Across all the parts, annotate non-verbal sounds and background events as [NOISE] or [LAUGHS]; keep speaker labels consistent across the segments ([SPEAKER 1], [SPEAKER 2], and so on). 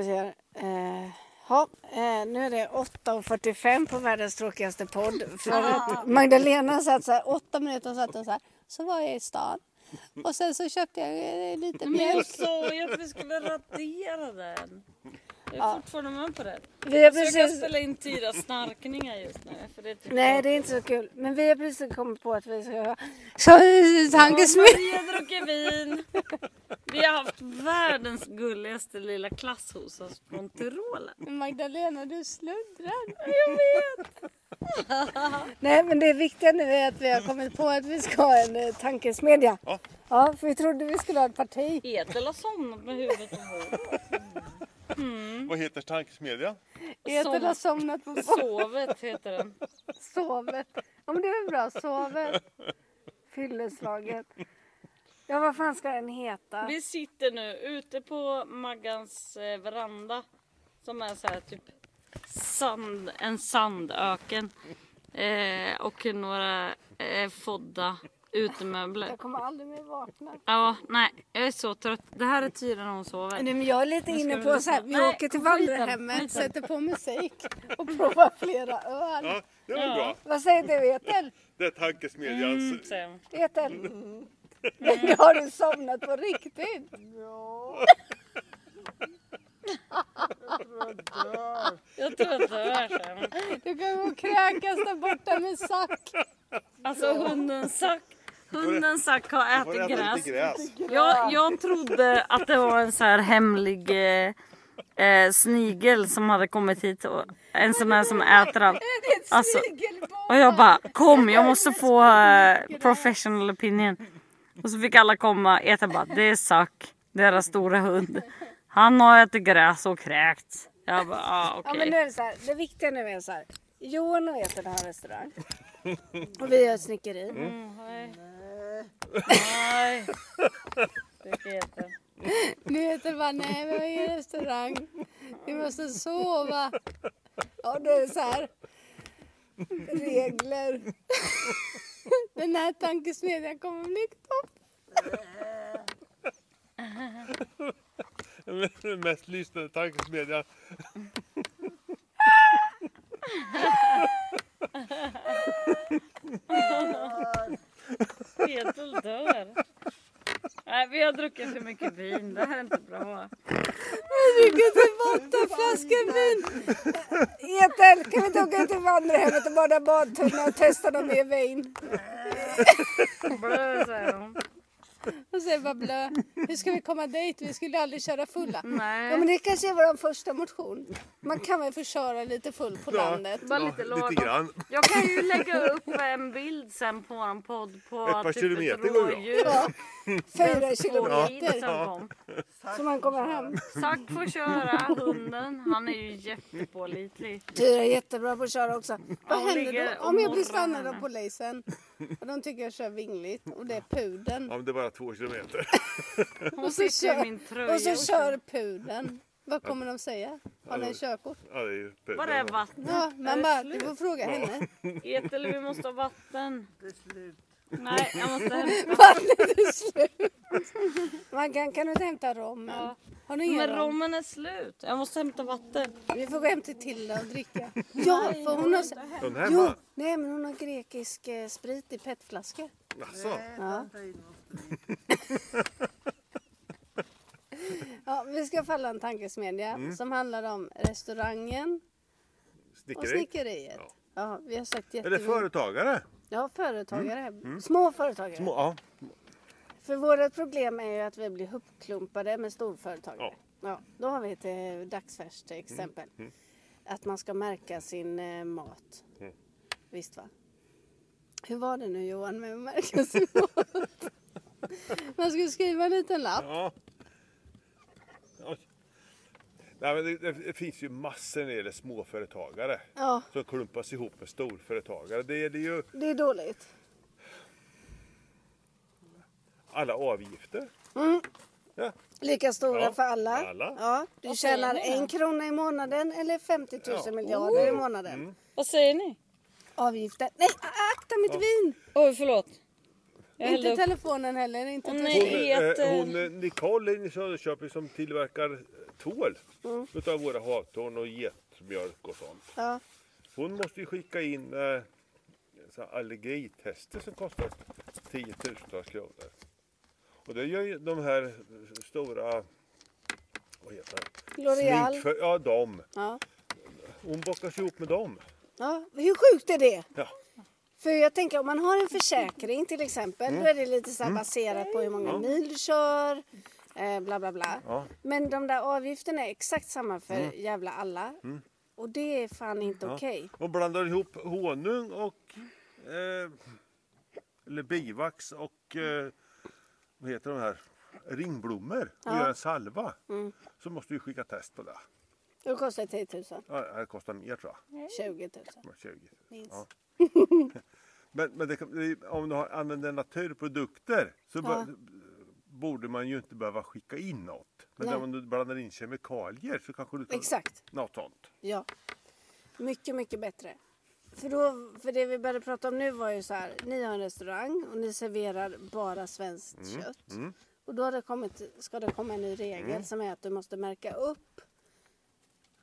[SPEAKER 1] Vi ser. Eh, ja, eh, nu är det 8.45 på världens tråkigaste podd. För att Magdalena satt så här, åtta minuter och satt och så här. Så var jag i stan och sen så köpte jag eh, lite
[SPEAKER 2] Men jag
[SPEAKER 1] mjölk.
[SPEAKER 2] sa ju att vi skulle radera den. Jag är fortfarande med på det.
[SPEAKER 1] Vi har
[SPEAKER 2] Så jag kan
[SPEAKER 1] precis,
[SPEAKER 2] ställa in tida snarkningar just nu. För det typ- tycker
[SPEAKER 1] nej,
[SPEAKER 2] jag.
[SPEAKER 1] det är inte så kul. Men vi har precis kommit på att vi ska... Så, tankesmedjan.
[SPEAKER 2] Vi har druckit vin. Vi har haft världens gulligaste lilla klass hos oss från Tyrolen.
[SPEAKER 1] Magdalena, du sluddrar. Jag vet. Nej, men det viktiga nu är att vi har kommit på att vi ska ha en eh, tankesmedja.
[SPEAKER 3] Ja.
[SPEAKER 1] Ja, för vi trodde vi skulle ha ett parti.
[SPEAKER 2] Edel har somnat med huvudet ombord.
[SPEAKER 3] Vad heter tankesmedjan?
[SPEAKER 1] Ethel har somnat
[SPEAKER 2] [LAUGHS]
[SPEAKER 1] på
[SPEAKER 2] Sovet heter den.
[SPEAKER 1] sovet. Ja, men det är väl bra. Sovet. Fylleslaget. Ja, vad fan ska den heta?
[SPEAKER 2] Vi sitter nu ute på Maggans eh, veranda som är så här typ sand, en sandöken eh, och några eh, fodda utemöbler.
[SPEAKER 1] Jag kommer aldrig mer vakna.
[SPEAKER 2] Ja, nej, jag är så trött. Det här är tiden hon sover.
[SPEAKER 1] Nej, men jag är lite inne
[SPEAKER 2] vi
[SPEAKER 1] på så
[SPEAKER 2] lyssna.
[SPEAKER 1] här, vi
[SPEAKER 2] Nej,
[SPEAKER 1] åker till
[SPEAKER 2] kom hit då.
[SPEAKER 1] vandrarhemmet, sätter på musik och provar flera öl.
[SPEAKER 3] Ja, det var bra.
[SPEAKER 1] Vad säger du, Ethel?
[SPEAKER 3] Det är tankesmedjans...
[SPEAKER 2] Sen.
[SPEAKER 1] Ethel?
[SPEAKER 2] Mm.
[SPEAKER 1] Men har du somnat på riktigt?
[SPEAKER 2] Jag tror att det är så. här.
[SPEAKER 1] Du kan gå och kräkas där borta med Zack.
[SPEAKER 2] Alltså hunden Zack, hunden Zack har
[SPEAKER 3] Får jag
[SPEAKER 2] ätit
[SPEAKER 3] äta
[SPEAKER 2] gräs.
[SPEAKER 3] lite gräs?
[SPEAKER 2] Jag, jag trodde att det var en så här hemlig eh, eh, snigel som hade kommit hit. Och, en sån här som äter allt.
[SPEAKER 1] Det är ett
[SPEAKER 2] Alltså,
[SPEAKER 1] snigelbarn.
[SPEAKER 2] Och jag bara kom jag måste få eh, professional opinion. Och så fick alla komma. Eta bara det är Zack, deras stora hund. Han har ätit gräs och kräkts. Jag bara ah,
[SPEAKER 1] Ja,
[SPEAKER 2] okej.
[SPEAKER 1] men nu är det, så här, det viktiga nu är så här. Johan och Ethel har en restaurang. Och vi har ett snickeri. Mm.
[SPEAKER 2] [LAUGHS] Nej. Det heter.
[SPEAKER 1] Nu heter det bara, nej vi har ingen restaurang. Vi måste sova. Ja, det är så här. Regler. Den här tankesmedjan kommer bli topp.
[SPEAKER 3] Den [LAUGHS] mest lyssnade tankesmedjan.
[SPEAKER 2] Petel dör. Nej, vi har druckit för mycket vin. Det här är inte bra.
[SPEAKER 1] Dricker tillbaka flaskan vin. Ethel, kan vi inte åka till vandrarhemmet och bada badtunna och testa dem i vin?
[SPEAKER 2] Blö, säger hon.
[SPEAKER 1] Och säger bara blö. Hur ska vi komma dit? Vi skulle aldrig köra fulla.
[SPEAKER 2] Nej.
[SPEAKER 1] Ja men det kanske är vår första motion. Man kan väl få köra lite full
[SPEAKER 3] [LAUGHS]
[SPEAKER 1] på landet.
[SPEAKER 2] Bara lite lagom.
[SPEAKER 3] lite grann.
[SPEAKER 2] Jag kan ju lägga upp en bild sen på vår podd på typ
[SPEAKER 3] Ett par kilometer går ju bra.
[SPEAKER 1] Ja, fyra
[SPEAKER 2] Ja.
[SPEAKER 1] kilometer. Så man kommer hem.
[SPEAKER 2] Zack får köra hunden. Han är ju jättepålitlig.
[SPEAKER 1] Tyra är jättebra på att köra också. Vad
[SPEAKER 2] hon
[SPEAKER 1] händer
[SPEAKER 2] ligger
[SPEAKER 1] då
[SPEAKER 2] och
[SPEAKER 1] om jag blir
[SPEAKER 2] morrar
[SPEAKER 1] stannad av
[SPEAKER 2] henne.
[SPEAKER 1] polisen? Och de tycker jag kör vingligt och det är pudeln.
[SPEAKER 3] Ja, men det är bara två kilometer.
[SPEAKER 2] Hon
[SPEAKER 1] så
[SPEAKER 2] sitter i
[SPEAKER 1] kör-
[SPEAKER 2] min tröja.
[SPEAKER 1] Och så kör pudeln. Vad kommer de säga? Har ni körkort?
[SPEAKER 3] Ja, det är ju
[SPEAKER 2] Var är vattnet?
[SPEAKER 1] Ja, man bara, du får fråga henne. [LAUGHS]
[SPEAKER 2] Etel, vi måste ha vatten. Det är slut. Nej, jag måste hämta.
[SPEAKER 1] Vattnet är slut. Man kan, kan du inte hämta rommen?
[SPEAKER 2] Ja.
[SPEAKER 1] Har ni ingen
[SPEAKER 2] Men
[SPEAKER 1] rom?
[SPEAKER 2] rommen är slut. Jag måste hämta vatten.
[SPEAKER 1] Vi får gå hem till Tilda och dricka. Ja, för hon har...
[SPEAKER 3] Den här
[SPEAKER 1] Jo,
[SPEAKER 3] va?
[SPEAKER 1] nej men hon har grekisk eh, sprit i petflaskor.
[SPEAKER 3] Alltså,
[SPEAKER 1] Ja. [LAUGHS] ja, vi ska falla en tankesmedja
[SPEAKER 3] Mm.
[SPEAKER 1] som handlar om restaurangen och
[SPEAKER 3] snickeri.
[SPEAKER 1] snickeriet. Ja.
[SPEAKER 3] Ja.
[SPEAKER 1] vi har sagt
[SPEAKER 3] Är det Mm.
[SPEAKER 1] jättemycket.
[SPEAKER 3] företagare?
[SPEAKER 1] Ja, företagare. Små företagare.
[SPEAKER 3] Små- Ja.
[SPEAKER 1] För vårt problem är ju att vi blir hopklumpade med storföretagare. Ja. då har vi ett eh, dagsfärskt
[SPEAKER 3] Mm,
[SPEAKER 1] exempel. Att man ska märka sin eh, mat.
[SPEAKER 3] Mm.
[SPEAKER 1] Visst va? Hur var det nu Johan med att märka
[SPEAKER 3] [LAUGHS]
[SPEAKER 1] sin mat? Man skulle skriva en liten lapp.
[SPEAKER 3] ja. ja. Nej, men det, det finns ju massor när det gäller småföretagare
[SPEAKER 1] Ja,
[SPEAKER 3] som klumpas ihop med storföretagare. Det gäller ju
[SPEAKER 1] det är dåligt.
[SPEAKER 3] alla avgifter. Ja.
[SPEAKER 1] Lika stora
[SPEAKER 3] Ja,
[SPEAKER 1] för alla.
[SPEAKER 3] alla.
[SPEAKER 1] Ja, du
[SPEAKER 2] säger
[SPEAKER 1] tjänar
[SPEAKER 2] ni då?
[SPEAKER 1] en krona i månaden eller 50 000 miljarder i
[SPEAKER 3] Oh.
[SPEAKER 1] månaden.
[SPEAKER 3] Mm.
[SPEAKER 2] Vad säger ni?
[SPEAKER 1] Avgifter. Nej, akta mitt vin!
[SPEAKER 2] Oj, förlåt. Jag hällde
[SPEAKER 1] inte
[SPEAKER 2] upp-
[SPEAKER 1] telefonen heller, inte
[SPEAKER 2] Åh,
[SPEAKER 3] Hon,
[SPEAKER 1] nej.
[SPEAKER 2] nej. heter-
[SPEAKER 3] eh, hon eh, Nicole i Söderköping som tillverkar tvål utav våra havtorn och getmjölk och sånt.
[SPEAKER 1] Ja,
[SPEAKER 3] Hon måste ju skicka in eh, så här allergitester som kostar tiotusentals kronor. Och det gör ju de här stora... Vad heter det?
[SPEAKER 1] L'Oreal.
[SPEAKER 3] Sminkfö- Ja, de.
[SPEAKER 1] Ja.
[SPEAKER 3] Hon bockas ihop med dem.
[SPEAKER 1] ja, hur sjukt är det?
[SPEAKER 3] Ja.
[SPEAKER 1] För jag tänker om man har en försäkring till exempel,
[SPEAKER 3] Mm.
[SPEAKER 1] då är det lite så här baserat på hur många mil du kör, eh, bla bla bla.
[SPEAKER 3] Ja. Mm.
[SPEAKER 1] Men de där avgifterna är exakt samma för jävla alla. Och det är fan inte okej.
[SPEAKER 3] Och blandar ihop honung och... Eh, eller bivax och... Eh, vad heter de här? Ringblommor och
[SPEAKER 1] Ja. Mm.
[SPEAKER 3] gör en salva. Så måste vi skicka test på det.
[SPEAKER 1] Det kostar 10 000,
[SPEAKER 3] Ja, det kostar mer tror jag.
[SPEAKER 1] 20 000.
[SPEAKER 3] De här 20.
[SPEAKER 1] Minst.
[SPEAKER 3] Ja. [LAUGHS] Men, men det, kan- det- om du har- använder naturprodukter så bör-
[SPEAKER 1] Ja.
[SPEAKER 3] borde man ju inte behöva skicka in något. Men
[SPEAKER 1] Nej.
[SPEAKER 3] om du blandar in kemikalier så kanske du tar
[SPEAKER 1] Exakt.
[SPEAKER 3] något sånt.
[SPEAKER 1] Ja. Mycket, mycket bättre. För, då, för det vi började prata om nu var ju så här, ni har en restaurang och ni serverar bara svenskt
[SPEAKER 3] Mm,
[SPEAKER 1] kött. Och då har det kommit, ska det komma en ny regel
[SPEAKER 3] Mm.
[SPEAKER 1] som är att du måste märka upp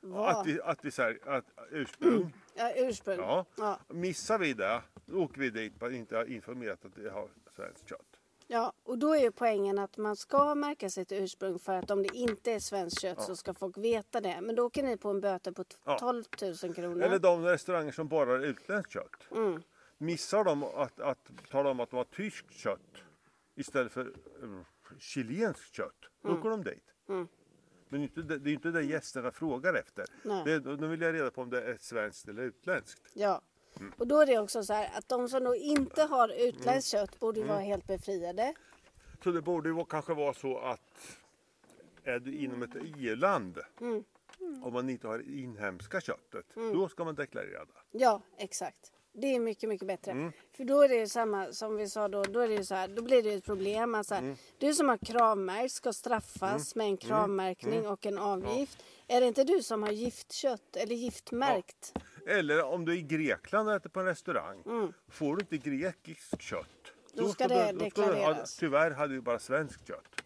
[SPEAKER 3] Att
[SPEAKER 1] vad,
[SPEAKER 3] vi, att vi så här, att
[SPEAKER 1] [CLEARS THROAT]
[SPEAKER 3] ursprung.
[SPEAKER 1] ja, ursprung.
[SPEAKER 3] Ja.
[SPEAKER 1] Ja,
[SPEAKER 3] Missar vi det, då åker vi dit men inte har informerat att vi har svenskt kött.
[SPEAKER 1] ja, och då är ju poängen att man ska märka sitt ursprung för att om det inte är svenskt kött så ska folk veta det. Men då åker ni på en böter på t-
[SPEAKER 3] Ja.
[SPEAKER 1] 12 000 kronor.
[SPEAKER 3] Eller de restauranger som bara har utländskt kött.
[SPEAKER 1] Mm.
[SPEAKER 3] Missar de att, att tala om att de har tyskt kött istället för eh, chilenskt kött, då
[SPEAKER 1] Mm.
[SPEAKER 3] åker de dit. Men inte, det det är ju inte det gästerna frågar efter.
[SPEAKER 1] Nej.
[SPEAKER 3] Det, de vill jag reda på om det är svenskt eller utländskt.
[SPEAKER 1] Ja.
[SPEAKER 3] Mm.
[SPEAKER 1] Och då är det också så här att de som då inte har utländskt
[SPEAKER 3] Mm.
[SPEAKER 1] kött borde ju vara helt befriade.
[SPEAKER 3] Så det borde ju vara- kanske vara så att är du inom ett EU-land,
[SPEAKER 1] Mm.
[SPEAKER 3] om man inte har det inhemska köttet, då ska man deklarera det.
[SPEAKER 1] Ja, exakt. Det är mycket, mycket bättre. För då är det ju samma som vi sa då. Då, är det ju så här, då blir det ju ett problem. Alltså, Du som har kravmärkt ska straffas med en kravmärkning och en avgift. Är det inte du som har giftkött eller giftmärkt?
[SPEAKER 3] Eller om du är i Grekland och äter på en restaurang. Får du inte grekiskt kött.
[SPEAKER 1] Mm. Då ska det
[SPEAKER 3] då ska du ha-
[SPEAKER 1] deklareras. Mm.
[SPEAKER 3] tyvärr hade vi bara svenskt kött.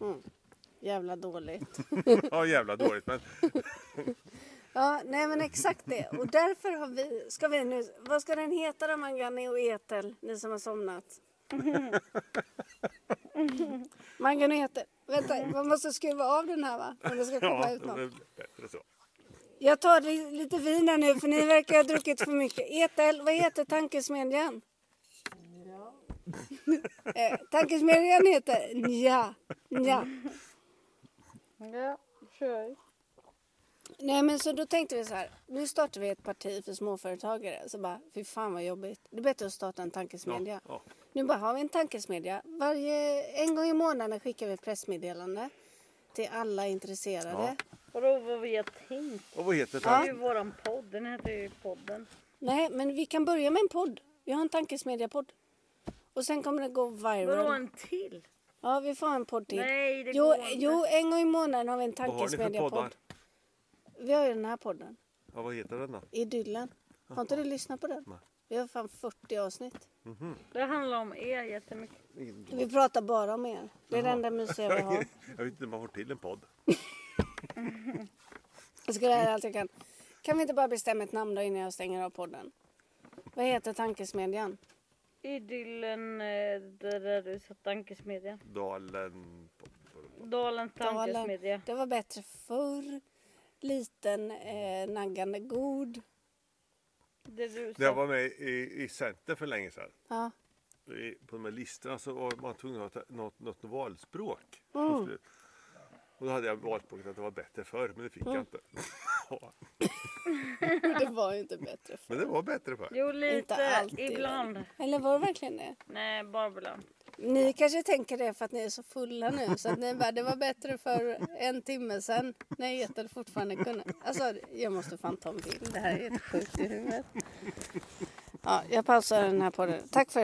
[SPEAKER 1] Jävla dåligt.
[SPEAKER 3] [LAUGHS] Ja jävla
[SPEAKER 1] [LAUGHS]
[SPEAKER 3] dåligt men
[SPEAKER 1] ja, nej men exakt det. Och därför har vi, ska vi nu, vad ska den heta då Mangani och Etel, ni som har somnat? Mangani och Etel. Vänta, man måste skruva av den här va? Om det ska komma
[SPEAKER 3] ja,
[SPEAKER 1] ut något.
[SPEAKER 3] det är bättre så.
[SPEAKER 1] Jag tar li- lite vin här nu för ni verkar ha druckit för mycket. Etel, vad heter tankesmedjan? Ja. tankesmedjan heter Nja. Nja.
[SPEAKER 2] Ja, kör.
[SPEAKER 1] Nej men så då tänkte vi så här. Nu startar vi ett parti för småföretagare. Så bara, fy fan vad jobbigt. Det är bättre att starta en tankesmedja.
[SPEAKER 3] Ja, ja.
[SPEAKER 1] Nu bara har vi en tankesmedja. Varje, en gång i månaden skickar vi ett pressmeddelande till alla intresserade.
[SPEAKER 2] Vadå vad vi har tänkt?
[SPEAKER 3] Och vad heter
[SPEAKER 2] Det är
[SPEAKER 3] det?
[SPEAKER 2] ju våran podd. Den heter ju podden.
[SPEAKER 1] Nej men vi kan börja med en podd. Vi har en tankesmedja-podd. Och sen kommer det gå viral.
[SPEAKER 2] Vadå en till?
[SPEAKER 1] Ja, vi får ha en podd till.
[SPEAKER 2] Nej, det
[SPEAKER 1] jo,
[SPEAKER 2] går inte.
[SPEAKER 1] jo, en gång i månaden har vi en
[SPEAKER 3] Vad har ni för
[SPEAKER 1] tankesmedja-podd.
[SPEAKER 3] poddar?
[SPEAKER 1] Vi har ju den här podden,
[SPEAKER 3] Ja, vad heter den då?
[SPEAKER 1] Idyllen. Har inte du lyssnat på den?
[SPEAKER 3] Nej.
[SPEAKER 1] Vi har fan 40 avsnitt.
[SPEAKER 2] Det handlar om er jättemycket.
[SPEAKER 1] Vi pratar bara om er. Det är det enda mysiga vi har.
[SPEAKER 3] [LAUGHS] Jag vet inte om man får till en podd.
[SPEAKER 1] Jag ska lära er allt jag kan. Kan vi inte bara bestämma ett namn då innan jag stänger av podden? Vad heter tankesmedjan?
[SPEAKER 2] Idyllen, eh, det där du sa, tankesmedjan.
[SPEAKER 3] Dalen...
[SPEAKER 2] Dalens tankesmedja.
[SPEAKER 1] Det var bättre förr. Liten, eh, naggande god.
[SPEAKER 2] Det du
[SPEAKER 3] När
[SPEAKER 2] sa.
[SPEAKER 3] jag var med i, i Centern för länge sedan.
[SPEAKER 1] Ja,
[SPEAKER 3] I, på de här listorna så var man tvungen att ha ett- något, något valspråk.
[SPEAKER 1] Mm.
[SPEAKER 3] Och då hade jag valspråket att det var bättre förr, men det fick jag inte. [LAUGHS] Ja,
[SPEAKER 1] [LAUGHS] det var ju inte bättre förr.
[SPEAKER 3] men det var bättre förr.
[SPEAKER 2] Jo
[SPEAKER 1] Inte
[SPEAKER 2] lite,
[SPEAKER 1] alltid.
[SPEAKER 2] ibland.
[SPEAKER 1] Eller var det verkligen det?
[SPEAKER 2] Nej, bara ibland.
[SPEAKER 1] Ni kanske tänker det för att ni är så fulla nu så att ni bara, det var bättre för en timme sedan när Ethel fortfarande kunde. Alltså jag måste fan ta en bild, det här är helt sjukt i huvudet. Ja, jag pausar den här podden. Tack för